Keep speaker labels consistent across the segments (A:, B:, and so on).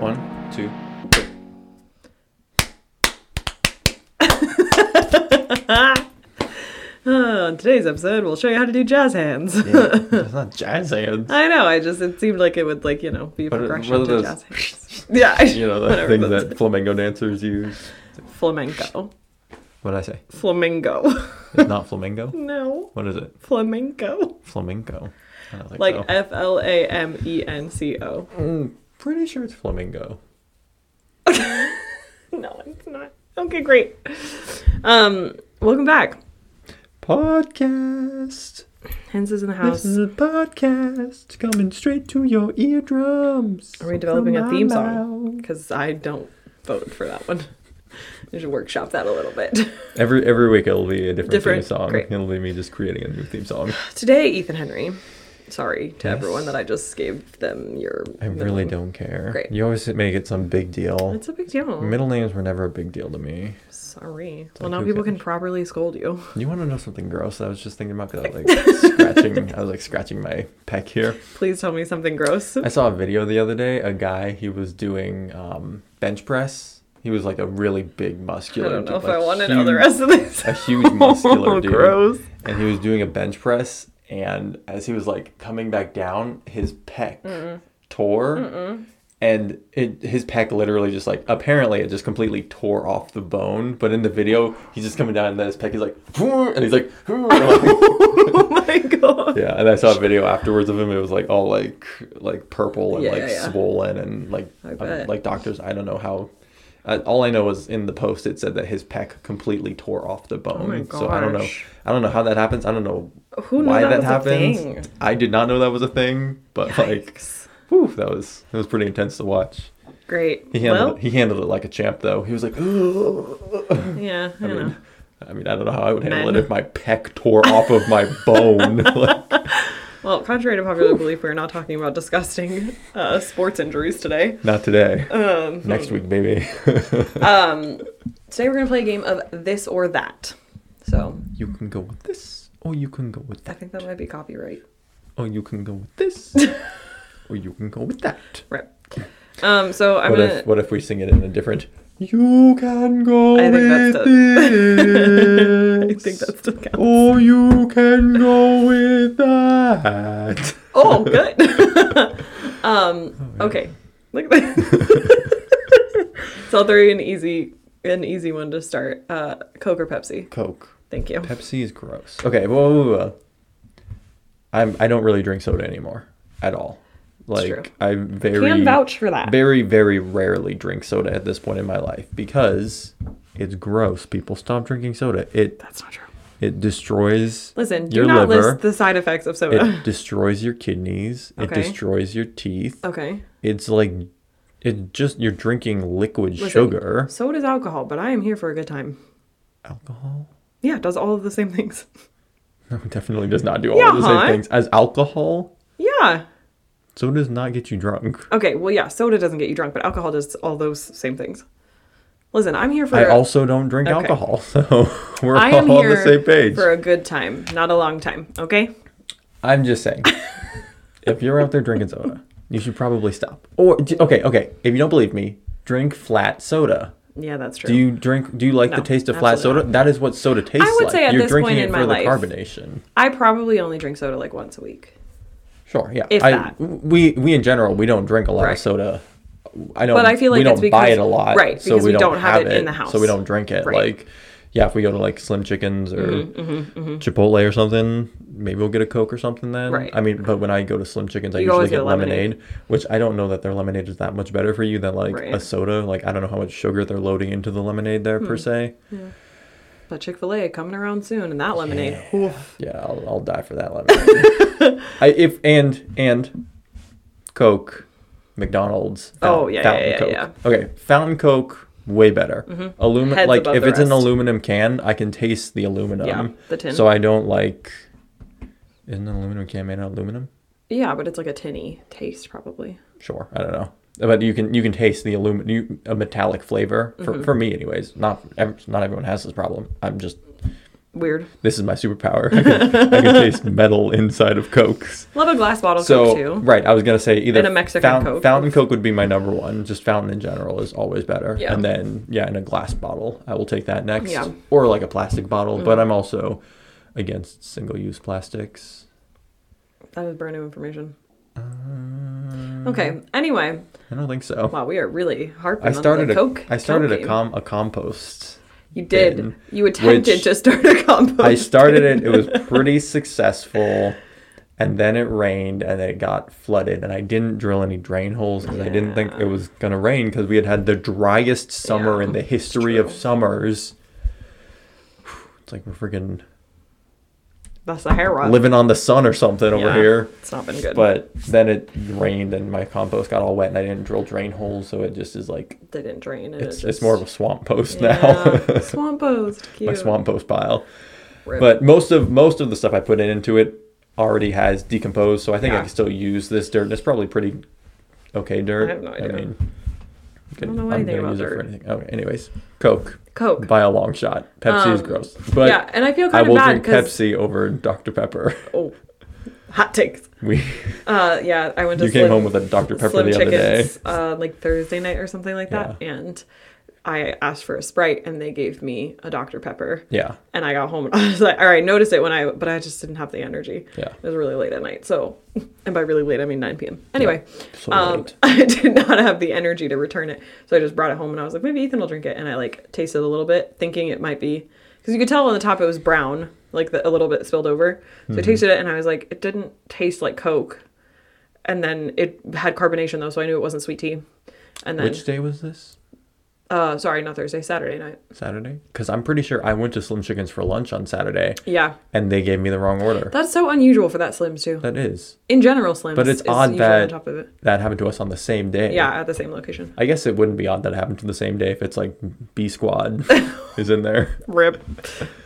A: One, two.
B: Uh, on today's episode, we'll show you how to do jazz hands.
A: it's not jazz hands.
B: I know. I just it seemed like it would like you know be a
A: What are-
B: progression
A: what are
B: to
A: those-
B: jazz hands. yeah, I-
A: You know, that
B: whatever,
A: thing
B: that's
A: that flamenco dancers use.
B: it. flamenco,
A: What did I say?
B: flamingo.
A: It's not flamenco.
B: no,
A: What is it?
B: flamenco.
A: Flamenco. I don't think
B: Like
A: so.
B: F L A M E N C O.
A: Mm, pretty sure it's flamingo.
B: No, it's not. Okay, great. Um, welcome back.
A: Podcast.
B: Hens is in the
A: This
B: house.
A: is a podcast coming straight to your eardrums.
B: Are we developing a
A: from
B: theme
A: my
B: song?
A: mouth.
B: Because I don't vote for that one. We should workshop that a little bit.
A: Every every week it'll be a different,
B: Different,
A: theme song.
B: great.
A: It'll be me just creating a new theme song.
B: Today, Ethan Henry. Sorry to
A: Yes.
B: everyone that I just gave them your.
A: I
B: middle
A: really
B: name.
A: don't care.
B: Great.
A: You always make it some big deal.
B: It's a big deal.
A: Middle names were never a big deal to me.
B: Sorry.
A: like,
B: Well, now
A: who
B: people can
A: cares?
B: properly scold you.
A: You want to know something gross? I was just thinking about 'cause I was like scratching. I was like scratching my pec here.
B: Please tell me something gross.
A: I saw a video the other day. A guy he was doing um, bench press. He was like a really big muscular.
B: I don't know
A: dude,
B: if
A: like,
B: I want to know the
A: huge-
B: rest of this.
A: A huge muscular
B: Oh,
A: dude.
B: gross.
A: And he was doing a bench press, and as he was like coming back down, his pec tore. And it, his pec literally just like apparently it just completely tore off the bone. But in the video, he's just coming down, and then his pec is like, and he's like, and I'm like,
B: oh my god.
A: yeah, and I saw a video afterwards of him. It was like all like like purple and
B: Yeah,
A: like
B: yeah, yeah.
A: swollen and like
B: I
A: um,
B: bet.
A: like doctors. I don't know how. Uh, all I know is in the post it said that his pec completely tore off the bone.
B: my
A: So I don't know.
B: gosh.
A: I don't know how that happens. I don't know
B: Who knew
A: why
B: that
A: that,
B: was a
A: happens.
B: thing?
A: I did not know that was a thing, but like,
B: Yikes.
A: whew, that was it was pretty intense to watch.
B: Great.
A: He handled
B: well,
A: it, he handled it like a champ though. He was like,
B: yeah, I,
A: I
B: know.
A: mean, I mean, I don't know how I would handle
B: Men.
A: it if my pec tore off of my bone. like,
B: Well, contrary to popular belief, we're not talking about disgusting uh, sports injuries today.
A: Not today.
B: Um,
A: Next
B: hmm.
A: week, baby.
B: Today, we're going to play a game of this or that. So,
A: you can go with this, or you can go with
B: I
A: that,
B: think that might be copyright.
A: or you can go with this, or you can go with that.
B: Right. Um, so, I'm
A: what
B: going
A: if
B: to.
A: What if we sing it in a different? You can go
B: I think that's
A: with
B: I
A: this.
B: think that's still counts.
A: Or you can go with that.
B: Oh, good.
A: Oh,
B: um, okay. Look at that. so I'll throw you an easy, an easy one to start. Uh, Coke or Pepsi?
A: Coke.
B: Thank you.
A: Pepsi is gross. Okay, whoa, whoa, whoa. I'm I don't really drink soda anymore at all. Like
B: true.
A: I very
B: Can vouch for that.
A: Very very rarely drink soda at this point in my life because it's gross. People stop drinking soda. It
B: That's not true.
A: it destroys
B: Listen, do
A: your
B: not
A: liver.
B: list the side effects of soda.
A: it destroys your kidneys. It
B: Okay. Oh.
A: destroys your teeth.
B: okay.
A: It's like it just you're drinking liquid
B: Listen,
A: sugar.
B: So does alcohol, but I am here for a good time.
A: Alcohol?
B: Yeah, it does all of the same things.
A: No, it definitely does not do all of the
B: Yeah, huh?
A: same things as alcohol.
B: Yeah.
A: Soda does not get you drunk.
B: Okay. Well, yeah. Soda doesn't get you drunk, but alcohol does all those same things. Listen, I'm here for.
A: I also don't drink
B: Okay.
A: alcohol, so we're
B: I am
A: all on
B: here
A: the same page.
B: for a good time, not a long time. Okay.
A: I'm just saying, if you're out there drinking soda, you should probably stop. Or d- okay, okay, if you don't believe me, drink flat soda.
B: Yeah, that's true.
A: Do you drink? Do you like
B: No,
A: the taste of flat
B: absolutely
A: soda? That is what soda tastes like.
B: would say at
A: you're
B: this
A: drinking
B: point
A: it
B: in
A: for
B: my
A: the
B: life-
A: carbonation.
B: I probably only drink soda like once a week.
A: Sure, yeah.
B: If
A: I,
B: that.
A: We we in general we don't drink a lot
B: Right.
A: of soda. I don't.
B: But I feel like
A: we
B: that's
A: don't buy
B: because-
A: it a lot,
B: right,
A: So
B: because
A: we, don't have, it,
B: in the house.
A: so we don't drink it.
B: Right. Mm-hmm,
A: Like, yeah, if we go to like Slim Chickens or Chipotle or something, maybe we'll get a Coke or something then.
B: Right.
A: I mean, but when I go to Slim Chickens, I
B: You
A: usually
B: always
A: get
B: get
A: lemonade,
B: lemonade.
A: which I don't know that their lemonade is that much better for you than like
B: Right. Hmm.
A: a soda. Like I don't know how much sugar they're loading into the lemonade there per se.
B: But Chick Fil A coming around soon, and that lemonade. Oof.
A: Yeah, I'll, I'll die for that lemonade. I, if and and Coke, McDonald's.
B: Oh, yeah, yeah, yeah,
A: Coke.
B: yeah. Mm-hmm.
A: Okay, fountain Coke way better. Aluminum,
B: Heads
A: like
B: above
A: if
B: the
A: it's an
B: rest.
A: aluminum can, I can taste the aluminum.
B: Yeah, the tin.
A: So I don't like. Isn't an aluminum can made out of aluminum?
B: Yeah, but it's like a tinny taste, probably.
A: Sure, I don't know. But you can you can taste the aluminum, you,
B: Mm-hmm.
A: a metallic flavor for, for me anyways. Not ev- not everyone has this problem. I'm just
B: Weird.
A: This is my superpower. I can, I can taste metal inside of cokes.
B: Love a glass bottle of
A: So
B: Coke too.
A: right, I was gonna say either
B: And a Mexican
A: foun-
B: Coke.
A: fountain Coke would be my number one. Just fountain in general is always better.
B: Yeah.
A: And then yeah, in a glass bottle, I will take that next.
B: Yeah. Mm.
A: Or like a plastic bottle, but I'm also against single-use plastics.
B: That is brand new information. okay. Anyway,
A: I don't think so.
B: wow, we are really harping
A: I started
B: on
A: a
B: the Coke.
A: I started
B: Coke
A: a
B: game.
A: com a compost.
B: You did.
A: bin,
B: you attempted
A: which
B: to start a compost.
A: I started
B: bin.
A: it. It was pretty successful, and then it rained, and it got flooded. And I didn't drill any drain holes because I didn't think it was gonna rain because we had had the driest summer
B: Yeah,
A: in the
B: it's
A: history of
B: true.
A: summers. It's like we're freaking
B: That's the hair rod.
A: living on the sun or something over
B: Yeah,
A: here.
B: It's not been good.
A: But then it rained, and my compost got all wet, and I didn't drill drain holes, so it just is like
B: they didn't drain it.
A: it's
B: it
A: it's
B: just-
A: more of a swamp post
B: Yeah.
A: now.
B: swamp post. Cute.
A: My swamp post pile.
B: Rip.
A: But most of most of the stuff I put in into it already has decomposed, so I think
B: Yeah.
A: I can still use this dirt. It's probably pretty okay dirt.
B: I have no idea.
A: mean, good.
B: don't know
A: I'm
B: anything
A: gonna
B: about
A: use it for
B: dirt.
A: anything. Okay, anyways, Coke
B: Coke.
A: by a long shot. Pepsi is
B: Um,
A: gross, but
B: yeah, and I feel
A: I
B: kind
A: will
B: of bad
A: drink
B: because
A: Pepsi over Dr Pepper.
B: oh, hot takes.
A: We
B: Uh, yeah, I went to
A: you came home with a Dr Pepper
B: Slim
A: the other day.
B: Chickens uh, like Thursday night or something like that, and I asked for a Sprite, and they gave me a Dr Pepper.
A: Yeah,
B: And I got home and I was like, all right, noticed it when I, but I just didn't have the energy.
A: Yeah.
B: It was really late at night. So, and by really late, I mean 9 p.m. Anyway,
A: so
B: um,
A: late.
B: I did not have the energy to return it. So I just brought it home and I was like, maybe Ethan will drink it. And I like tasted a little bit, thinking it might be, because you could tell on the top it was brown, like the, a little bit spilled over. So I
A: Mm-hmm.
B: tasted it and I was like, it didn't taste like Coke. And then it had carbonation though, so I knew it wasn't sweet tea. And then,
A: Which day was this?
B: uh, sorry, not Thursday, Saturday night.
A: Saturday? Because I'm pretty sure I went to Slim Chickens for lunch on Saturday,
B: Yeah.
A: and they gave me the wrong order.
B: That's so unusual for that Slims too.
A: that is
B: in general slims
A: But it's
B: is
A: odd
B: usually
A: that-
B: on top of it
A: that happened to us on the same day.
B: yeah at the same location
A: I guess it wouldn't be odd that it happened to the same day if it's like B Squad is in there.
B: rip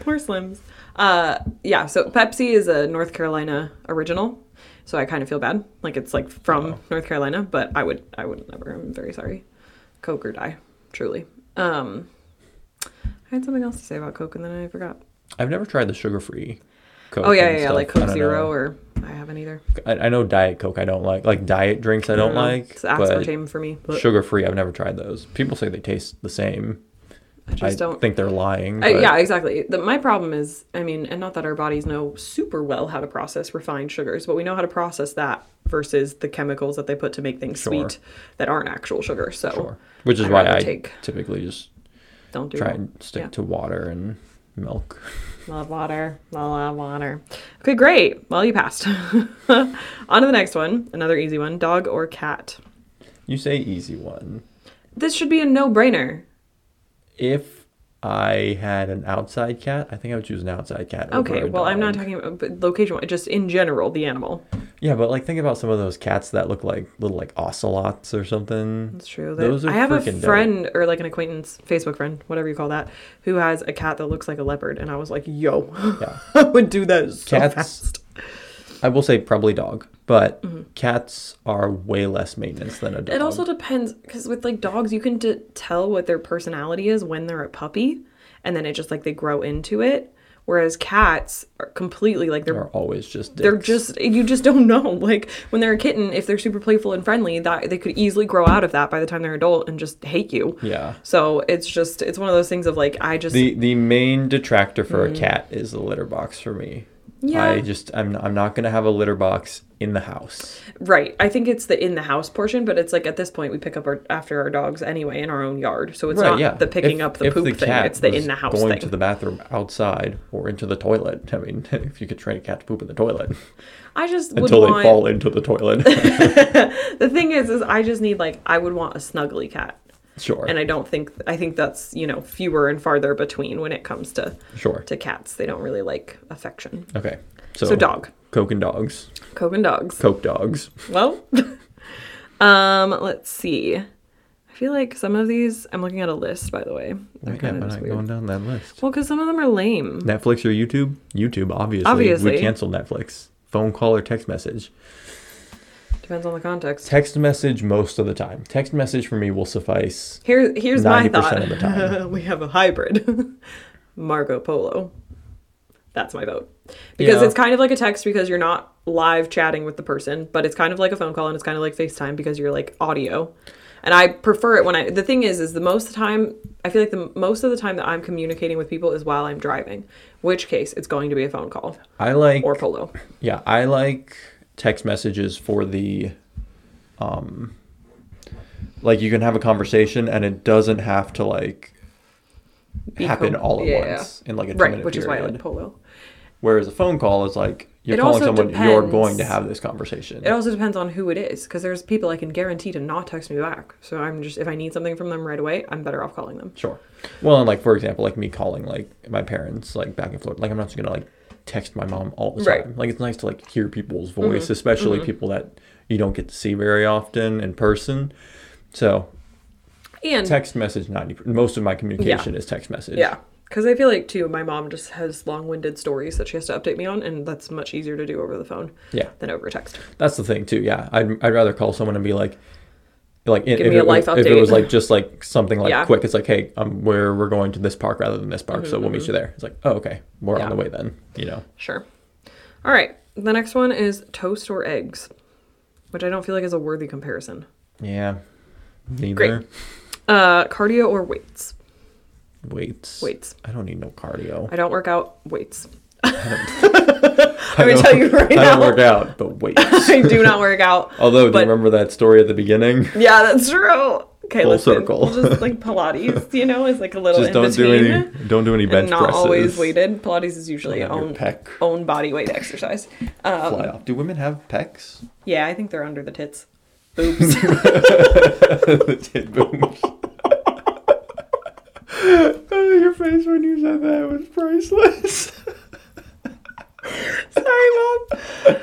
B: poor slims uh yeah so pepsi is a north carolina original so i kind of feel bad like it's like from north carolina but i would i would never i'm very sorry coke or die truly um i had something else to say about coke and then i forgot
A: I've never tried the sugar free Coke.
B: oh yeah
A: and
B: yeah, yeah
A: stuff.
B: like
A: I
B: coke
A: don't
B: zero
A: know.
B: or i haven't either
A: I, I know Diet Coke I don't like. Like diet drinks I don't
B: know.
A: like.
B: Mm-hmm. it's aspartame shame for me but
A: Sugar free, I've never tried those. People say they taste the same.
B: i just
A: I
B: don't
A: think they're lying.
B: I,
A: but
B: Uh, yeah, exactly. The, my problem is, I mean, and not that our bodies know super well how to process refined sugars, but we know how to process that versus the chemicals that they put to make things
A: Sure.
B: sweet that aren't actual sugar. So
A: sure. Which is
B: I'd
A: why
B: rather
A: I
B: take-
A: typically just
B: don't do
A: try
B: that.
A: and stick
B: Yeah.
A: to water and milk.
B: Love water. Love water. Okay, great. Well, you passed. On to the next one. Another easy one dog or cat.
A: You say easy one.
B: This should be a no brainer.
A: If I had an outside cat, I think I would choose an outside cat. over
B: Okay,
A: a
B: well, I'm not
A: dog.
B: talking about but location, just in general, the animal.
A: Yeah, but like think about some of those cats that look like little like ocelots or something.
B: That's true. That,
A: Those are
B: I have a
A: freaking dope.
B: friend or like an acquaintance, Facebook friend, whatever you call that, who has a cat that looks like a leopard, and I was like, "Yo,
A: Yeah.
B: I would do that so
A: Cats-
B: fast."
A: I will say probably dog, but cats are way less maintenance than a dog.
B: Mm-hmm. It also depends because with like dogs, you can t- tell what their personality is when they're a puppy, and then it just like they grow into it. Whereas cats are completely like they're
A: are always just
B: they're
A: dicks.
B: just you just don't know like when they're a kitten if they're super playful and friendly that they could easily grow out of that by the time they're adult and just hate you
A: Yeah.
B: so it's just it's one of those things of like i just
A: the the main detractor for a cat is the litter box for me.
B: Mm. Yeah.
A: I just I'm I'm not gonna have a litter box in the house.
B: Right. I think it's the in the house portion, but it's like at this point we pick up our after our dogs anyway in our own yard. So it's not the picking
A: If-
B: up the
A: if
B: poop thing.
A: cat
B: It's the
A: was
B: in the house
A: going
B: thing.
A: to the bathroom outside or into the toilet. I mean, if you could train a cat to poop in the toilet
B: I just would
A: until they
B: want
A: fall into the toilet,
B: the thing is is I just need like I would want a snuggly cat.
A: sure,
B: And I don't think I think that's, you know, fewer and farther between when it comes to
A: sure,
B: to cats. They don't really like affection.
A: okay.
B: So dog.
A: Coke and dogs.
B: Coke and dogs.
A: Coke dogs.
B: Well, um, let's see. I feel like some of these I'm looking at a list by the way. They're
A: yeah,
B: kind
A: we're not
B: of just weird.
A: going down that list.
B: Well, because some of them are lame.
A: Netflix or YouTube? YouTube, obviously.
B: Obviously.
A: We cancel Netflix. Phone call or text message?
B: Depends on the context.
A: Text message most of the time. Text message for me will suffice.
B: Here, here's my
A: 90%
B: thought.
A: of the time.
B: we have a hybrid. Marco Polo. That's my vote. Because
A: Yeah.
B: it's kind of like a text because you're not live chatting with the person, but it's kind of like a phone call and it's kind of like FaceTime because you're like audio. And I prefer it when I the thing is is the most of the time I feel like the most of the time that I'm communicating with people is while I'm driving, which case it's going to be a phone call
A: I like
B: or polo.
A: Yeah, I like text messages for the um like you can have a conversation and it doesn't have to like
B: Be
A: happen
B: com-
A: all at
B: yeah.
A: once in like a 10
B: Right,
A: minute
B: which is why I
A: period.
B: like polo.
A: Whereas a phone call is like you're
B: It
A: calling
B: also
A: someone you're
B: depends.
A: going to have this conversation.
B: It also depends on who it is, because there's people I can guarantee to not text me back. So I'm just if I need something from them right away, I'm better off calling them.
A: sure. Well, and like for example, like me calling like my parents like back and forth. Like I'm not just going to like text my mom all the
B: Right. Mm-hmm.
A: time. Like it's nice to like hear people's voice, especially people that you don't get to see very often in person. So,
B: And
A: text message 90 most of my communication is text message
B: yeah, because I feel like too, my mom just has long-winded stories that she has to update me on, and that's much easier to do over the phone
A: yeah
B: than over text.
A: that's the thing too yeah i'd, I'd rather call someone and be like like if,
B: me
A: it,
B: a life
A: if it was
B: update.
A: like just like something like
B: Yeah. Mm-hmm,
A: quick it's like hey um where we're going to this park rather than this park so we'll meet you there it's like oh okay we're on
B: Yeah.
A: the way then you know
B: Sure. All right. The next one is toast or eggs, which I don't feel like is a worthy comparison.
A: yeah neither
B: Uh, cardio or weights.
A: weights
B: Weights.
A: i don't need no cardio
B: I don't work out weights.
A: i
B: gonna
A: don't-
B: tell you right
A: i don't
B: now.
A: work out but weights
B: I do not work out.
A: although do
B: but-
A: you remember that story at the beginning
B: Yeah, that's true. Okay,
A: Full
B: listen,
A: circle.
B: Just like Pilates, you know, is like a little
A: just
B: in
A: don't do
B: between.
A: any don't do any bench
B: and not
A: presses
B: always weighted. Pilates is usually
A: Don't have your
B: own
A: pec
B: own body weight exercise. Um,
A: fly off do women have pecs
B: yeah, I think they're under the tits, boobs.
A: the tit booms. oh, your face when you said that was priceless.
B: Sorry, mom. Dang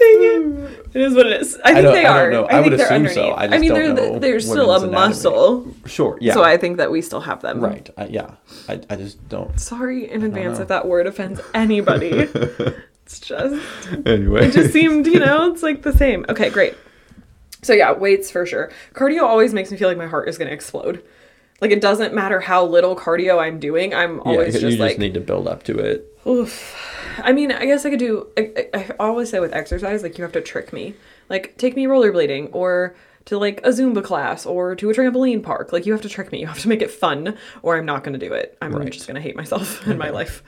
B: it. It is what it is. I think
A: don't-
B: they
A: I don't
B: are.
A: know.
B: I,
A: I would
B: think they're
A: assume so. I
B: underneath. I,
A: just
B: mean,
A: don't
B: they're
A: know
B: the, there's still a
A: women's anatomy.
B: muscle,
A: Sure. Yeah.
B: so I think that we still have them.
A: right. I, yeah. I, I just don't.
B: Sorry in advance
A: know.
B: if that word offends anybody. it's just
A: Anyway.
B: it just seemed, you know, it's like the same. Okay, great. So yeah, weights for sure. Cardio always makes me feel like my heart is gonna explode. Like it doesn't matter how little cardio I'm doing, I'm
A: yeah,
B: always
A: you
B: just
A: just
B: like,
A: need to build up to it.
B: oof. I mean, I guess I could do. I, I I always say with exercise, like you have to trick me. Like take me rollerblading or to like a Zumba class or to a trampoline park. Like you have to trick me. You have to make it fun, or I'm not gonna do it. I'm
A: Right.
B: just gonna hate myself and my life.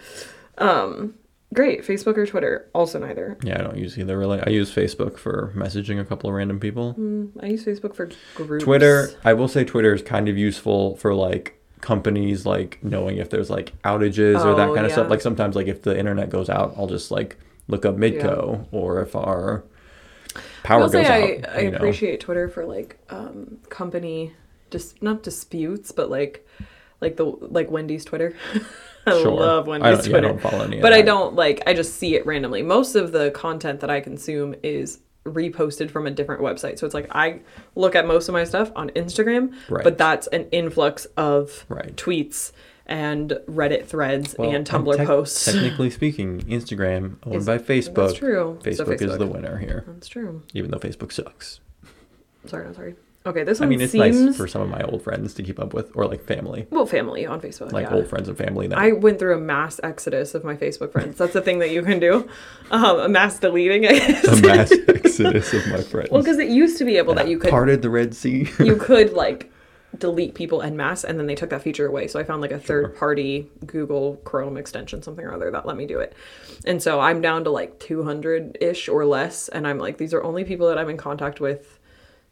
B: Um, great. Facebook or Twitter? Also neither.
A: Yeah, I don't use either really. I use Facebook for messaging a couple of random people.
B: I use Facebook for groups.
A: Twitter, I will say Twitter is kind of useful for like companies like knowing if there's like outages or that
B: Oh,
A: kind of stuff.
B: yeah.
A: Like sometimes like if the internet goes out, I'll just like look up Midco or if our
B: I
A: power
B: will
A: goes
B: say
A: out.
B: I, I
A: you know.
B: appreciate Twitter for like um, company, just not disputes, but like like the like Wendy's Twitter. I
A: Sure.
B: love
A: I don't-
B: Wendy's
A: yeah, I
B: Twitter,
A: don't follow any of
B: but I
A: that.
B: don't like. I just see it randomly. Most of the content that I consume is reposted from a different website, so it's like I look at most of my stuff on Instagram,
A: Right.
B: but that's an influx of
A: Right.
B: tweets and Reddit threads
A: Well,
B: and Tumblr
A: tec-
B: posts.
A: Technically speaking, Instagram owned
B: Is-
A: by Facebook.
B: that's true.
A: Facebook,
B: So
A: is
B: Facebook. Mm-hmm.
A: the winner here,
B: that's true.
A: even though Facebook sucks.
B: Sorry, not sorry. Okay, this
A: I
B: one
A: mean, it's
B: seems
A: nice for some of my old friends to keep up with, or like family,
B: well family on Facebook.
A: like
B: yeah.
A: old friends and family. That
B: I went through a mass exodus of my Facebook friends. That's the thing that you can do, um, a mass deleting. I guess.
A: a mass exodus of my friends.
B: well, because it used to be able that you could
A: parted the Red Sea.
B: you could like delete people en masse, and then they took that feature away. So I found like a third party Google Chrome extension, something or other, that let me do it. And so I'm down to like 200 ish or less, and I'm like, these are only people that I'm in contact with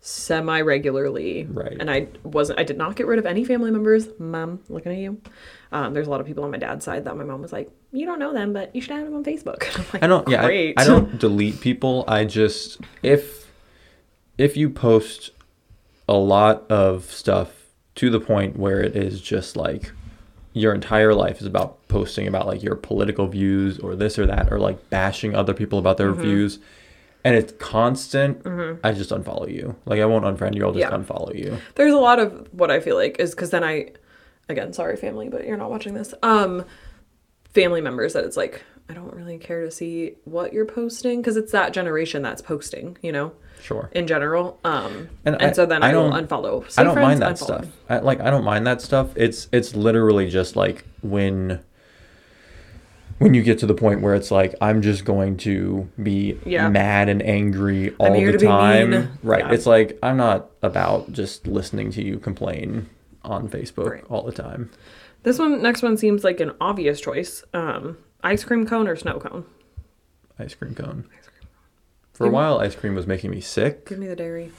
B: semi regularly
A: Right.
B: and i wasn't i did not get rid of any family members mom looking at you um, there's a lot of people on my dad's side that my mom was like you don't know them but you should have them on facebook I'm like,
A: I don't. Yeah, I,
B: Great.
A: I don't delete people. I just if if you post a lot of stuff to the point where it is just like your entire life is about posting about like your political views or this or that or like bashing other people about their
B: Mm-hmm.
A: views and it's constant i just unfollow you like i won't unfriend you i'll just
B: Yeah.
A: unfollow you
B: there's a lot of what I feel like is because then I, again, sorry family, but you're not watching this. Um, family members that it's like I don't really care to see what you're posting because it's that generation that's posting, you know,
A: sure
B: in general. Um,
A: And
B: and,
A: I-
B: so then
A: I
B: I, will
A: don't-
B: unfollow.
A: I
B: Say
A: don't
B: friends,
A: mind that
B: unfollow.
A: stuff. I, like I don't mind that stuff. It's it's literally just like when when you get to the point where it's like I'm just going to be
B: Yeah.
A: mad and angry all
B: here
A: the
B: to be
A: time.
B: mean.
A: Right.
B: Yeah.
A: It's like I'm not about just listening to you complain on Facebook
B: Right.
A: all the time.
B: This one, next one seems like an obvious choice. Um, ice cream cone or snow cone?
A: Ice cream cone. For a
B: Give me-
A: while ice cream was making me sick,
B: Give me the dairy.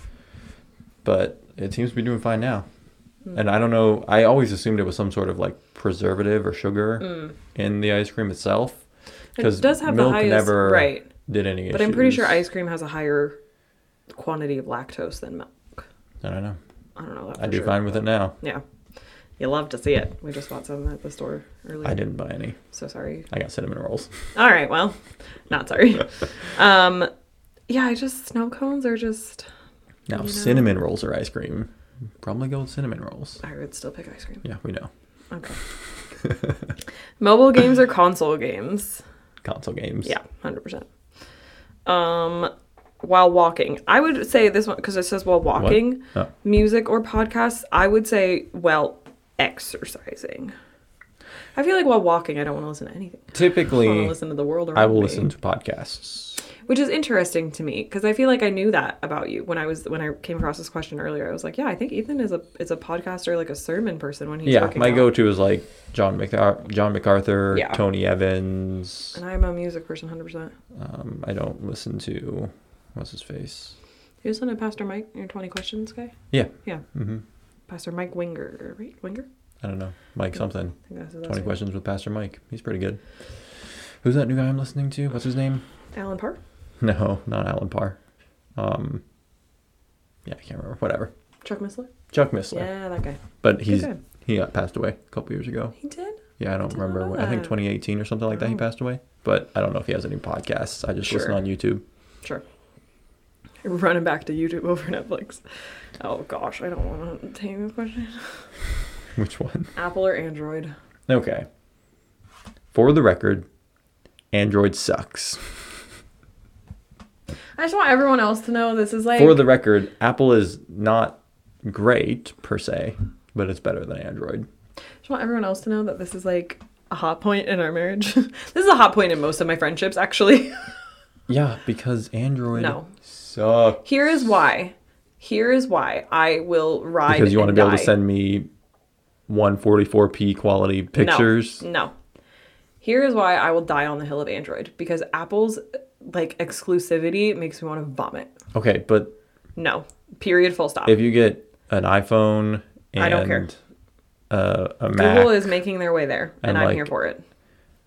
A: but it seems to be doing fine now.
B: Hmm.
A: And I don't know, I always assumed it was some sort of like preservative or sugar in the ice cream itself.
B: Hmm. It does have the highest, right?
A: did any
B: But I'm pretty sure
A: issues.
B: ice cream has a higher quantity of lactose than milk.
A: I don't know.
B: I don't know that. For
A: I do
B: sure.
A: fine with it now.
B: Yeah, you love to see it. We just bought some at the store earlier.
A: I didn't buy any.
B: So sorry.
A: I got cinnamon rolls.
B: All right. Well, not sorry. um, yeah, I just snow cones are just.
A: Now,
B: You know-
A: cinnamon rolls or ice cream? Probably go with cinnamon rolls.
B: I would still pick ice cream.
A: Yeah, we know.
B: Okay. Mobile games or console games?
A: Console games.
B: Yeah, hundred percent. Um, while walking, I would say this one because it says while walking,
A: Oh.
B: music or podcasts. I would say while exercising. I feel like while walking, I don't want to listen to anything. I want to
A: Typically,
B: listen to the world around
A: I will
B: me,
A: listen to podcasts.
B: which is interesting to me because I feel like I knew that about you when I was when I came across this question earlier. I was like, yeah, I think Ethan is a is a podcaster, like a sermon person when he's
A: yeah,
B: working
A: my
B: out.
A: go-to is like John McAr- John MacArthur,
B: Yeah.
A: Tony Evans.
B: And I'm a music person, hundred percent.
A: Um, I don't listen to what's his face.
B: You listen to Pastor Mike, your twenty questions guy.
A: Yeah.
B: Yeah,
A: hmm
B: Pastor Mike Winger, right? Winger.
A: I don't know. Mike something.
B: I think that's his last
A: Twenty
B: name.
A: questions with Pastor Mike. He's pretty good. Who's that new guy I'm listening to? What's his name?
B: Alan Parr.
A: No, not Alan Parr. Um, yeah, I can't remember. Whatever.
B: Chuck Missler.
A: Chuck Missler.
B: Yeah, that guy.
A: But he's
B: guy.
A: he uh, passed away a couple years ago.
B: He did.
A: Yeah, I don't
B: did not
A: remember.
B: know
A: When, I think
B: that.
A: 2018 or something like that. He
B: Oh.
A: passed away. But I don't know if he has any podcasts. I just listen
B: Sure.
A: on YouTube.
B: Sure. Running back to YouTube over Netflix. Oh gosh, I don't want to take this question.
A: Which one?
B: Apple or Android?
A: Okay. For the record, Android sucks.
B: I just want everyone else to know this is like
A: For the record, Apple is not great per se, but it's better than Android.
B: I just want everyone else to know that this is like a hot point in our marriage. this is a hot point in most of my friendships, actually.
A: Yeah, because Android
B: No.
A: sucks.
B: Here is why. Here is why I will ride.
A: Because you want to
B: and
A: be able to
B: die.
A: send me 144p quality pictures.
B: No, no. Here is why I will die on the hill of Android because Apple's like exclusivity makes me want to vomit.
A: Okay, but
B: No. Period. Full stop.
A: if you get an iPhone and
B: I don't care.
A: Uh, a Mac,
B: Google is making their way there, and,
A: And,
B: I'm
A: like-
B: here for it.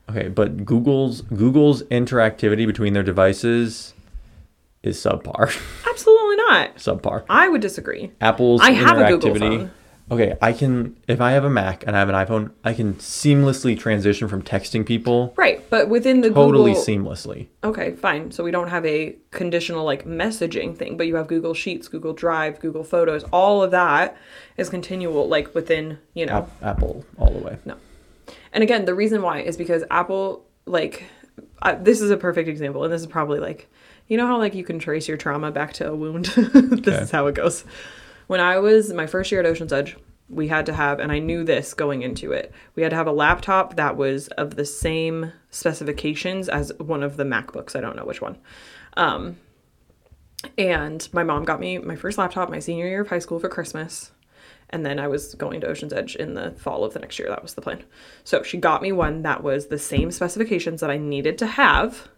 A: okay, but Google's Google's interactivity between their devices is subpar.
B: Absolutely not.
A: subpar.
B: I would disagree.
A: Apple's
B: I have a Google
A: interactivity-
B: phone.
A: Okay, I can if I have a Mac and I have an iPhone, I can seamlessly transition from texting people
B: Right, but within the
A: totally
B: Google,
A: seamlessly.
B: okay, fine. So we don't have a conditional like messaging thing, but you have Google Sheets, Google Drive, Google Photos. All of that is continual, like within you know.
A: App Apple all the way.
B: No. And again, the reason why is because Apple, like, I, this is a perfect example, and this is probably like, you know how like you can trace your trauma back to a wound. this
A: Okay.
B: is how it goes. When I was my first year at Ocean's Edge, we had to have, and I knew this going into it, we had to have a laptop that was of the same specifications as one of the MacBooks. I don't know which one. Um, and my mom got me my first laptop my senior year of high school for Christmas. And then I was going to Ocean's Edge in the fall of the next year. That was the plan. So she got me one that was the same specifications that I needed to have,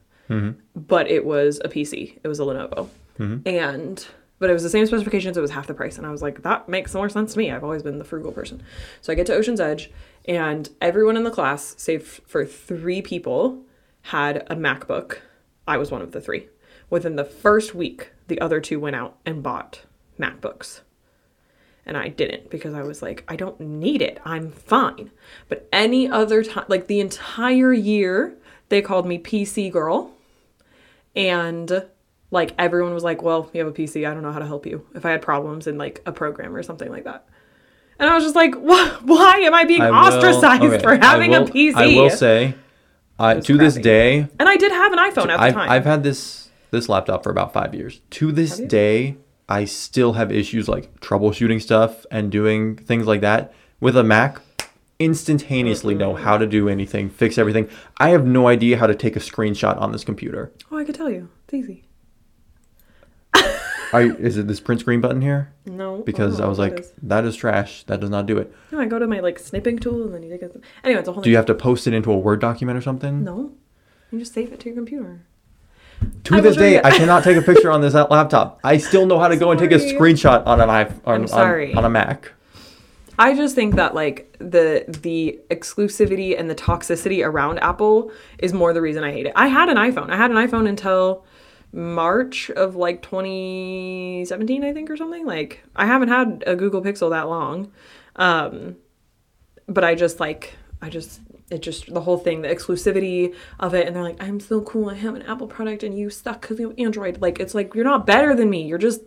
B: but it was a PC. It was a Lenovo. And, but it was the same specifications. It was half the price. And I was like, that makes more sense to me. I've always been the frugal person. So I get to Ocean's Edge, and everyone in the class, save for three people, had a MacBook. I was one of the three. Within the first week, the other two went out and bought MacBooks. And I didn't because I was like, I don't need it. I'm fine. But any other time, like the entire year, they called me PC girl. And like everyone was like, well, you have a PC. I don't know how to help you if I had problems in like a program or something like that. And I was just like, "Wh- why am I being
A: I will-
B: ostracized
A: okay,
B: for
A: I
B: having
A: will-
B: a PC?
A: I will say I, to this
B: crappy.
A: day
B: And I did have an iPhone at the
A: I've,
B: time.
A: I've had this this laptop for about five years. To this
B: Have you?
A: day, I still have issues like troubleshooting stuff and doing things like that. With a Mac, instantaneously know
B: Mm-hmm.
A: how to do anything, fix everything. I have no idea how to take a screenshot on this computer.
B: Oh, I could tell you. It's easy.
A: I is it this print screen button here?
B: No.
A: Because
B: oh,
A: I was
B: that
A: like,
B: is-
A: that is trash. That does not do it.
B: no, I go to my like snipping tool and then you take it. Anyway, it's a whole.
A: Do you have to post it into a Word document or something?
B: No, you just save it to your computer.
A: To
B: I will
A: this
B: show you.
A: day, I cannot take a picture on this laptop. I still know how to go and take a
B: Sorry.
A: screenshot on an iPhone, on, on-
B: sorry.
A: on a Mac.
B: I just think that like the the exclusivity and the toxicity around Apple is more the reason I hate it. I had an iPhone. I had an iPhone until March of like 2017, I think, or something. Like I haven't had a Google Pixel that long, um, but I just like I just it just the whole thing, the exclusivity of it, and they're like, I'm so cool. I have an Apple product, and you suck because you have Android. Like it's like you're not better than me. You're just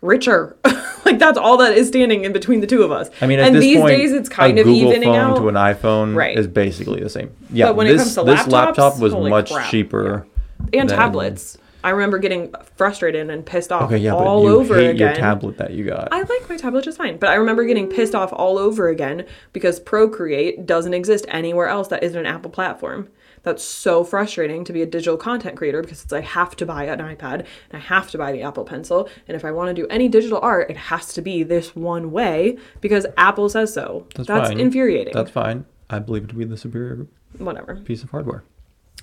B: richer. like that's all that is standing in between the two of us.
A: I mean, at
B: and
A: this
B: these
A: point,
B: days it's kind
A: a
B: of
A: Google
B: evening
A: phone
B: out.
A: to an iPhone
B: Right.
A: is basically the same. Yeah,
B: But when it
A: this
B: comes to
A: this
B: laptops,
A: laptop was
B: holy
A: much
B: crap.
A: cheaper.
B: and
A: than-
B: tablets. I remember getting frustrated and pissed off
A: Okay, yeah,
B: all
A: but you
B: over
A: hate
B: again.
A: your tablet that you got.
B: I like my tablet just fine, but I remember getting pissed off all over again because Procreate doesn't exist anywhere else that isn't an Apple platform. That's so frustrating to be a digital content creator because it's I have to buy an iPad and I have to buy the Apple Pencil, and if I want to do any digital art, it has to be this one way because Apple says so. That's,
A: fine.
B: infuriating.
A: That's fine. I believe it to be the superior
B: Whatever.
A: piece of hardware.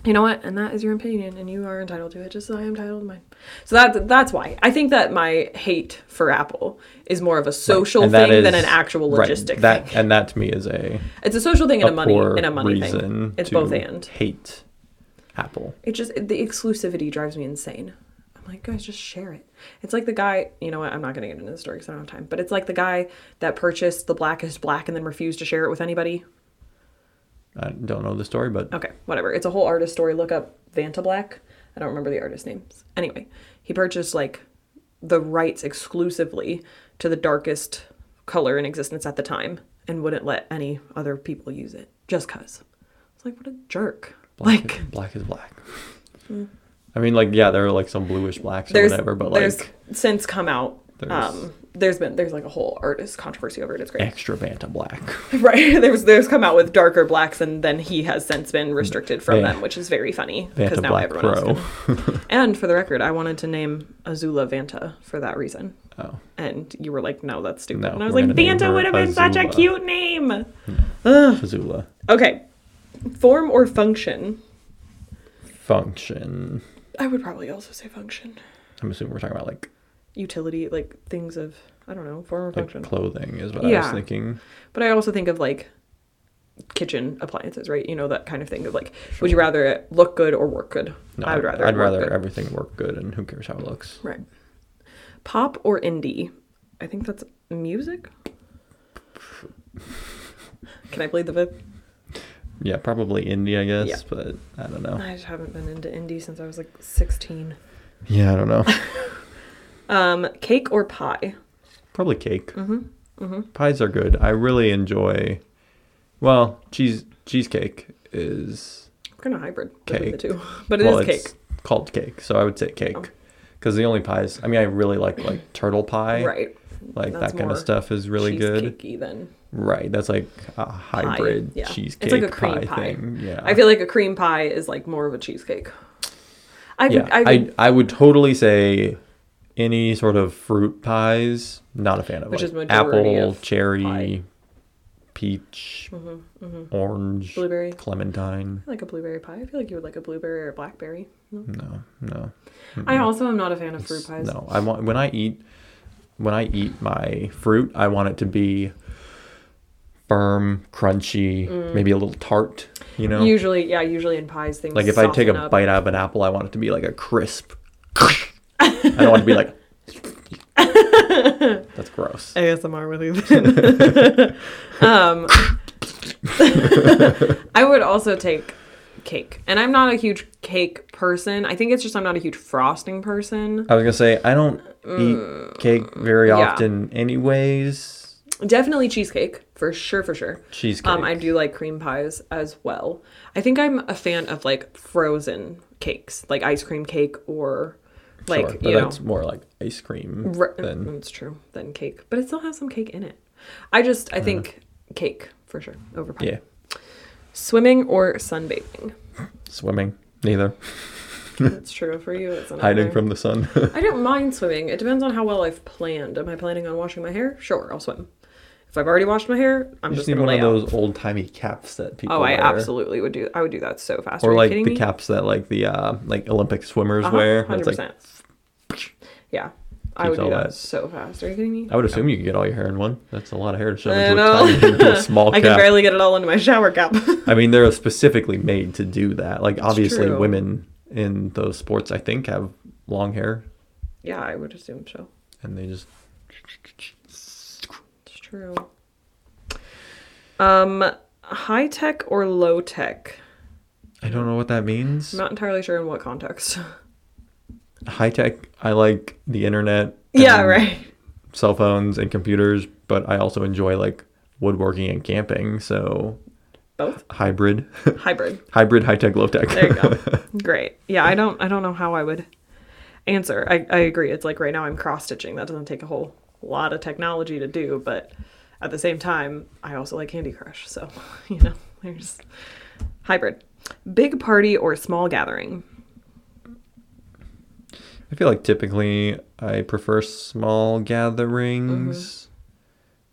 B: you know what and that is your opinion and you are entitled to it just as i am entitled to mine so that that's why i think that my hate for apple is more of a social
A: And that
B: thing than
A: is-
B: an actual
A: right,
B: logistic
A: that,
B: thing
A: And that to me is a,
B: it's a social thing and a, money
A: poor
B: and a money
A: reason
B: thing it's
A: to
B: both and
A: hate Apple.
B: it just the exclusivity drives me insane i'm like guys just share it it's like the guy you know what i'm not going to get into the story because i don't have time but it's like the guy that purchased the blackest black and then refused to share it with anybody
A: I don't know the story, but
B: Okay, whatever. It's a whole artist story. Look up Vanta Black. I don't remember the artist names. Anyway, he purchased like the rights exclusively to the darkest color in existence at the time and wouldn't let any other people use it just cuz. It's like what a jerk.
A: black
B: like Hmm.
A: is, black is black. I mean, like yeah, there are like some bluish blacks or
B: there's
A: whatever, but
B: there's
A: like
B: since come out
A: There's-
B: um there's been there's like a whole artist controversy over it. It's great.
A: extra Vanta black.
B: right. There's there's come out with darker blacks and then he has since been restricted from
A: Yeah.
B: them, which is very funny
A: Vanta black
B: else
A: pro.
B: can- And for the record, I wanted to name Azula Vanta for that reason.
A: oh,
B: And you were like, no, that's stupid.
A: No,
B: and I was
A: we're
B: like,
A: gonna name
B: Vanta
A: her
B: would have been such a
A: Azula.
B: cute name.
A: Oh. Azula
B: Okay. Form or function?
A: function.
B: I would probably also say function.
A: I'm assuming we're talking about like,
B: Utility, like things of, I don't know, form or
A: like
B: function.
A: clothing is what I was
B: Yeah.
A: thinking.
B: But I also think of like kitchen appliances, right? You know, that kind of thing of like, would you rather it look good or work good?
A: No,
B: I would rather.
A: I'd
B: it work
A: rather
B: good.
A: everything work good, and who cares how it looks.
B: Right. Pop or indie? I think that's music. Can I play the fifth?
A: Yeah, probably indie, I guess,
B: Yeah.
A: but I don't know.
B: I just haven't been into indie since I was like 16.
A: Yeah, I don't know.
B: Um, cake or pie?
A: Probably cake.
B: Mm-hmm.
A: Pies are good. I really enjoy. Well, cheese cheesecake is
B: Kind of hybrid between the
A: Cake.
B: two, but it is
A: well,
B: cake.
A: called cake, so I would say
B: Oh.
A: cake. Because the only pies, I mean, I really like like turtle pie,
B: right.
A: Like
B: That's
A: that kind
B: more
A: of stuff is really good,
B: cheesecakey Then
A: right? That's like a hybrid
B: yeah. It's like a
A: cheesecake
B: cream
A: pie,
B: pie.
A: thing. Yeah,
B: I feel like a cream pie is like more of a cheesecake. I would,
A: yeah.
B: I
A: I,
B: would,
A: I would totally say any sort of fruit pies. Not a fan of
B: Which
A: like
B: is majority
A: apple,
B: of
A: cherry,
B: pie. Mm-hmm,
A: peach, orange,
B: Blueberry.
A: clementine.
B: like a blueberry pie. I feel like you would like a blueberry or blackberry. No?
A: No, no.
B: I also am not a fan of fruit pies.
A: No, I want when I eat when I eat my fruit, I want it to be firm, crunchy,
B: Mm.
A: maybe a little tart, you know?
B: Usually, yeah, usually in pies things
A: like if I take
B: soften
A: a
B: up.
A: bite out of an apple, I want it to be like a crisp. I don't want it to be like That's gross.
B: ASMR with Ethan. um, I would also take cake, and I'm not a huge cake person. I think it's just I'm not a huge frosting person.
A: I was going to say I don't eat cake very
B: Mm, yeah.
A: often anyways.
B: Definitely cheesecake for sure, for sure.
A: Cheesecake.
B: Um, I do like cream pies as well. I think I'm a fan of like frozen cakes, like ice cream cake or like
A: Sure, but
B: you know mm.
A: that's more like ice cream
B: Right,
A: than
B: that's true. Then cake, but it still has some cake in it. I just, I think cake for sure. Over pop.
A: Uh. Yeah.
B: Swimming or sunbathing.
A: Swimming. Neither.
B: That's true for you. It's
A: Hiding
B: another.
A: from the sun.
B: I don't mind swimming. It depends on how well I've planned. Am I planning on washing my hair? Sure, I'll swim. If I've already washed my hair, I'm
A: you just
B: just
A: need
B: gonna
A: one
B: lay
A: of
B: out.
A: those old timey caps that people
B: Oh, I
A: wear.
B: absolutely would do. I would do that so fast. Are
A: Or
B: you
A: like the
B: kidding me?
A: caps that like the uh, like Olympic swimmers
B: Uh-huh,
A: wear. It's like-
B: 100%. yeah, I
A: Keeps
B: would do
A: all
B: that
A: that.
B: so fast. Are you kidding me?
A: I would assume you could get all your hair in one. That's a lot of hair to shove
B: I
A: into
B: know.
A: a, tiny, into a small
B: I
A: cap.
B: can barely get it all into my shower cap.
A: I mean, they're specifically made to do that. Like obviously,
B: true.
A: women in those sports, I think, have long hair,
B: yeah, I would assume so.
A: and they just
B: It's true. Um, high tech or low tech?
A: I don't know what that means.
B: I'm not entirely sure in what context.
A: High tech. I like the internet.
B: yeah,
A: and
B: right.
A: Cell phones and computers, but I also enjoy like woodworking and camping. So
B: Both
A: hybrid,
B: hybrid.
A: hybrid, high tech, low tech.
B: There you go. Great. Yeah, I don't. I don't know how I would answer. I, I agree. It's like right now I'm cross stitching. That doesn't take a whole lot of technology to do, but at the same time, I also like Candy Crush. So you know, there's hybrid. Big party or small gathering?
A: I feel like typically I prefer small gatherings,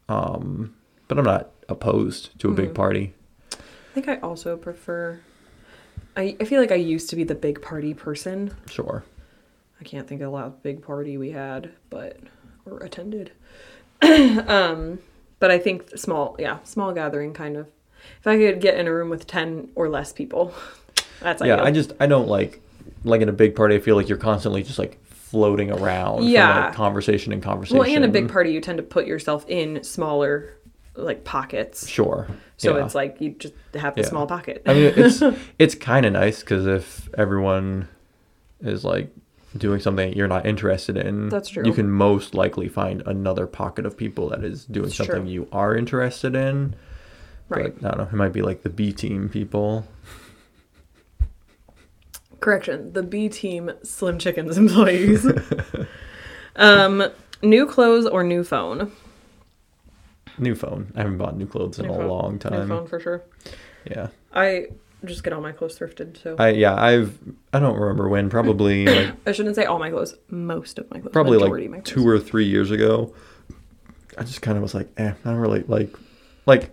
B: Mm-hmm.
A: um, but I'm not opposed to a big party.
B: I think I also prefer. I, I feel like I used to be the big party person.
A: Sure.
B: I can't think of the last big party we had, but or attended. um, but I think small, yeah, small gathering kind of. If I could get in a room with ten or less people, that's
A: yeah,
B: ideal.
A: I just I don't like like in a big party. I feel like you're constantly just like floating around, from,
B: Yeah.
A: like, conversation and conversation.
B: well, and a big party, you tend to put yourself in smaller like pockets,
A: Sure.
B: so
A: yeah.
B: it's like you just have the
A: Yeah.
B: small pocket.
A: I mean, it's it's kind of nice because if everyone is like doing something that you're not interested in,
B: That's true.
A: You can most likely find another pocket of people that is doing
B: It's
A: something
B: true.
A: you are interested in.
B: right.
A: But, I don't know. It might be like the B team people.
B: Correction, the B team Slim Chickens employees. um, new clothes or new phone?
A: New phone. I haven't bought new clothes in
B: New
A: a
B: phone.
A: long
B: New
A: time.
B: phone for sure.
A: Yeah.
B: I just get all my clothes thrifted, so
A: I yeah. I've I don't remember when. Probably like
B: I shouldn't say all my clothes. Most of my clothes.
A: probably
B: Majority of my
A: like
B: clothes.
A: two or three years ago. I just kind of was like, eh, I don't really like like.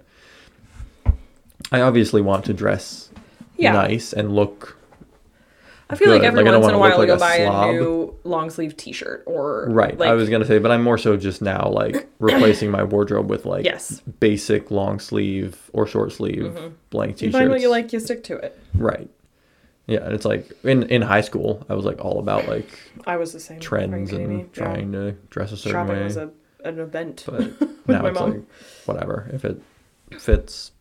A: I obviously want to dress
B: Yeah,
A: nice and look
B: I feel like
A: good.
B: every
A: Like, I don't
B: once in a
A: wanna
B: while
A: look
B: you'll buy
A: like a
B: a
A: slob.
B: new long sleeve T shirt or
A: right.
B: Like,
A: I was gonna say, but I'm more so just now like replacing my wardrobe with like
B: Yes. Mm-hmm.
A: basic long sleeve or short sleeve blank
B: you
A: t-shirts.
B: find what you like, you stick to it.
A: Right. Yeah, and it's like in in high school, I was like all about like
B: I was the same. Are you
A: trends
B: kidding me?
A: and
B: Yeah.
A: trying to dress a certain
B: shopping
A: way.
B: was a, an event.
A: but now
B: my
A: it's
B: mom.
A: like whatever. If it fits,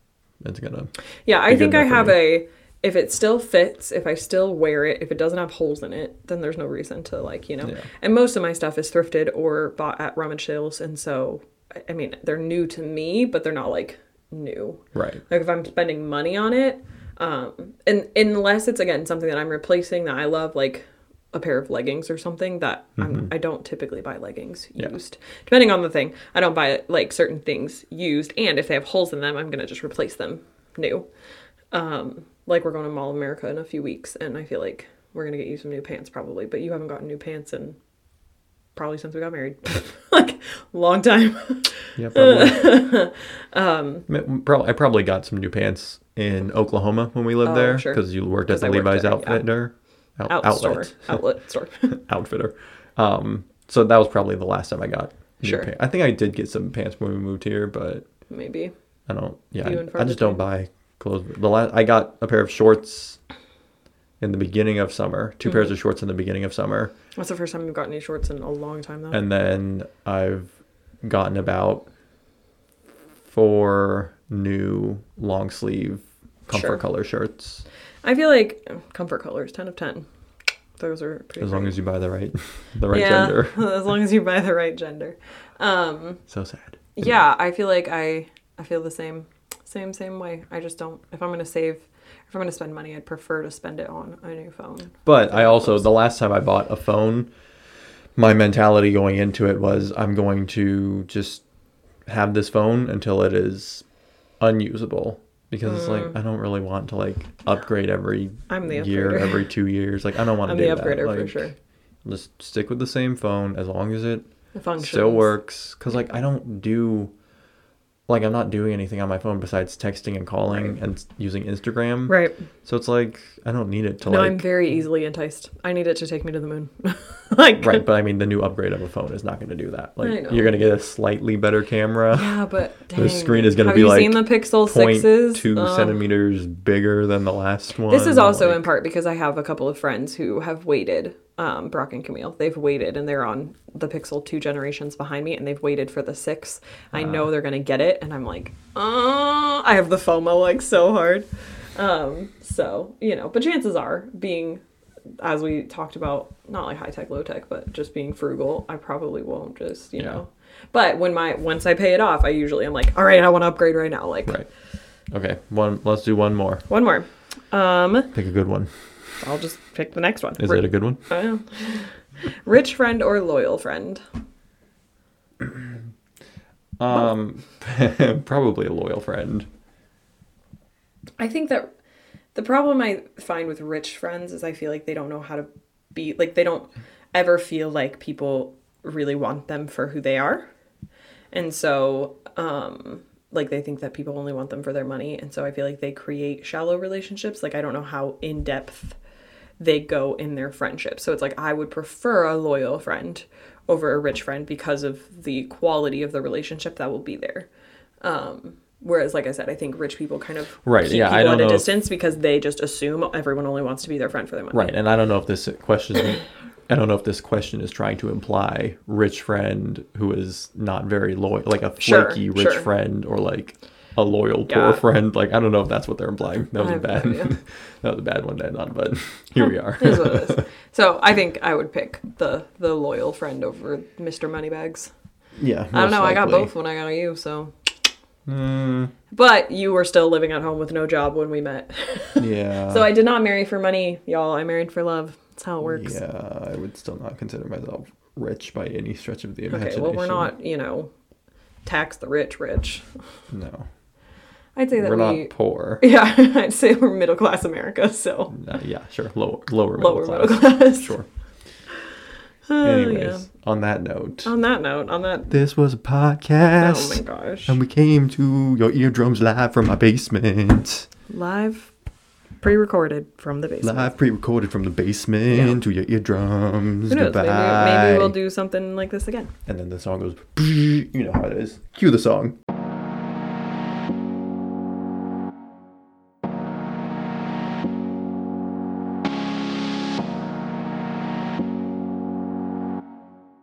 A: it's gonna.
B: Yeah, I
A: Be good
B: think I
A: enough for
B: have
A: me.
B: a. If it still fits, if I still wear it, if it doesn't have holes in it, then there's no reason to like you know.
A: Yeah.
B: And most of my stuff is thrifted or bought at rummage sales, and so I- I mean they're new to me, but they're not like new.
A: Right.
B: Like if I'm spending money on it, um, and unless it's again something that I'm replacing that I love, like a pair of leggings or something that I'm, I don't typically buy leggings
A: Mm-hmm. Yeah.
B: used. Depending on the thing, I don't buy like certain things used, and if they have holes in them, I'm gonna just replace them new. Um, like we're going to Mall of America in a few weeks, and I feel like we're gonna get you some new pants probably, but you haven't gotten new pants in probably since we got married, like long time.
A: Yeah. Probably. um. Probably. I probably got some new pants in Oklahoma when we lived
B: Oh,
A: there
B: sure.
A: because you worked at
B: 'Cause
A: the
B: I worked
A: Levi's
B: there, yeah.
A: Outfitter. Out,
B: Out store,
A: outlet.
B: outlet store.
A: outfitter. Um, so that was probably the last time I got new
B: Sure.
A: pants. I think I did get some pants when we moved here, but
B: Maybe.
A: I don't. Yeah,
B: Few and
A: I,
B: far
A: I just don't buy clothes. The last I got a pair of shorts in the beginning of summer, 2
B: Mm-hmm.
A: pairs of shorts in the beginning of summer,
B: That's the first time you've gotten new shorts in a long time, though.
A: and then I've gotten about four new long sleeve comfort
B: Sure.
A: color shirts.
B: I feel like oh, comfort colors, ten of ten. Those are pretty
A: As long
B: great.
A: as you buy the right, the right
B: yeah,
A: gender.
B: as long as you buy the right gender. Um,
A: So sad.
B: yeah, I feel like I I feel the same same same way. I just don't. If I'm gonna save, if I'm gonna spend money, I'd prefer to spend it on a new phone.
A: But I also the last time I bought a phone, my mentality going into it was I'm going to just have this phone until it is unusable because it's like I don't really want to like upgrade every
B: Mm. I'm the
A: year,
B: upgrader.
A: every two years. Like I don't want to
B: I'm
A: do
B: the
A: that.
B: upgrader for
A: Like,
B: sure.
A: Just stick with the same phone as long as it
B: The functions.
A: still works. Cause like I don't do, like I'm not doing anything on my phone besides texting and calling and s- using Instagram.
B: Right.
A: So it's like I don't need it to
B: no,
A: like
B: I'm very easily enticed. I need it to take me to the moon. like
A: right. But I mean, the new upgrade of a phone is not going to do that.
B: I
A: Like
B: know.
A: you're going to get a slightly better camera.
B: Yeah, but dang.
A: The screen is going to
B: Have
A: be
B: you
A: like
B: seen the Pixel
A: point
B: sixes? um, Oh,
A: two centimeters bigger than the last one.
B: This is also
A: like-
B: in part because I have a couple of friends who have waited. Um, Brock and Camille, they've waited, and they're on the Pixel two generations behind me, and they've waited for the six. I
A: Uh-huh.
B: know they're gonna get it, and I'm like, oh, I have the FOMO like so hard. Um, so you know, but chances are, being as we talked about, not like high tech, low tech, but just being frugal, I probably won't just you
A: Yeah.
B: know. But when my once I pay it off, I usually am like, all right, I want to upgrade right now. Like
A: right. Okay, one. Let's do one more.
B: one more. Um,
A: Pick a good one.
B: I'll just pick the next one.
A: Is
B: We're-
A: it a good one?
B: I know. Rich friend or loyal friend?
A: Um, probably a loyal friend.
B: I think that the problem I find with rich friends is I feel like they don't know how to be like they don't ever feel like people really want them for who they are. And so um like they think that people only want them for their money and so I feel like they create shallow relationships. Like I don't know how in depth they go in their friendship. So it's like I would prefer a loyal friend over a rich friend because of the quality of the relationship that will be there. Um, whereas, like I said, I think rich people kind of
A: Right,
B: keep
A: yeah, I
B: people
A: don't
B: at a
A: know if-
B: distance because they just assume everyone only wants to be their friend for their money.
A: Right, and I don't know if this question. I don't know if this question is trying to imply rich friend who is not very loyal, like a
B: Sure,
A: flaky rich
B: sure.
A: friend, or like a loyal
B: Yeah.
A: poor friend. Like I don't know if that's what they're implying. That was
B: I
A: a
B: have no
A: bad.
B: idea.
A: that was a bad one to end on, but here we are.
B: It is what it is. So I think I would pick the the loyal friend over Mr. Moneybags.
A: Yeah.
B: I don't know.
A: most
B: I got
A: likely.
B: both when I got you. So,
A: Mm,
B: but you were still living at home with no job when we met.
A: yeah.
B: so I did not marry for money, y'all. I married for love. That's how it works.
A: Yeah, I would still not consider myself rich by any stretch of the
B: Okay,
A: imagination.
B: well, we're not, you know, tax the rich, rich.
A: No,
B: I'd say that
A: we're
B: we,
A: not poor.
B: yeah, I'd say we're middle class America, so
A: Uh, yeah, sure. Lower, lower middle
B: lower
A: class.
B: middle class.
A: Sure.
B: Oh,
A: Anyways, on that note,
B: yeah. On that note, on that,
A: this was a
B: oh
A: podcast,
B: my gosh,
A: and we came to your eardrums live from my basement,
B: live, pre-recorded from the basement.
A: live pre-recorded from the basement
B: Yeah.
A: to your eardrums.
B: Who knows? Maybe,
A: Goodbye.
B: maybe we'll do something like this again.
A: And then the song goes. You know how it is. Cue the song.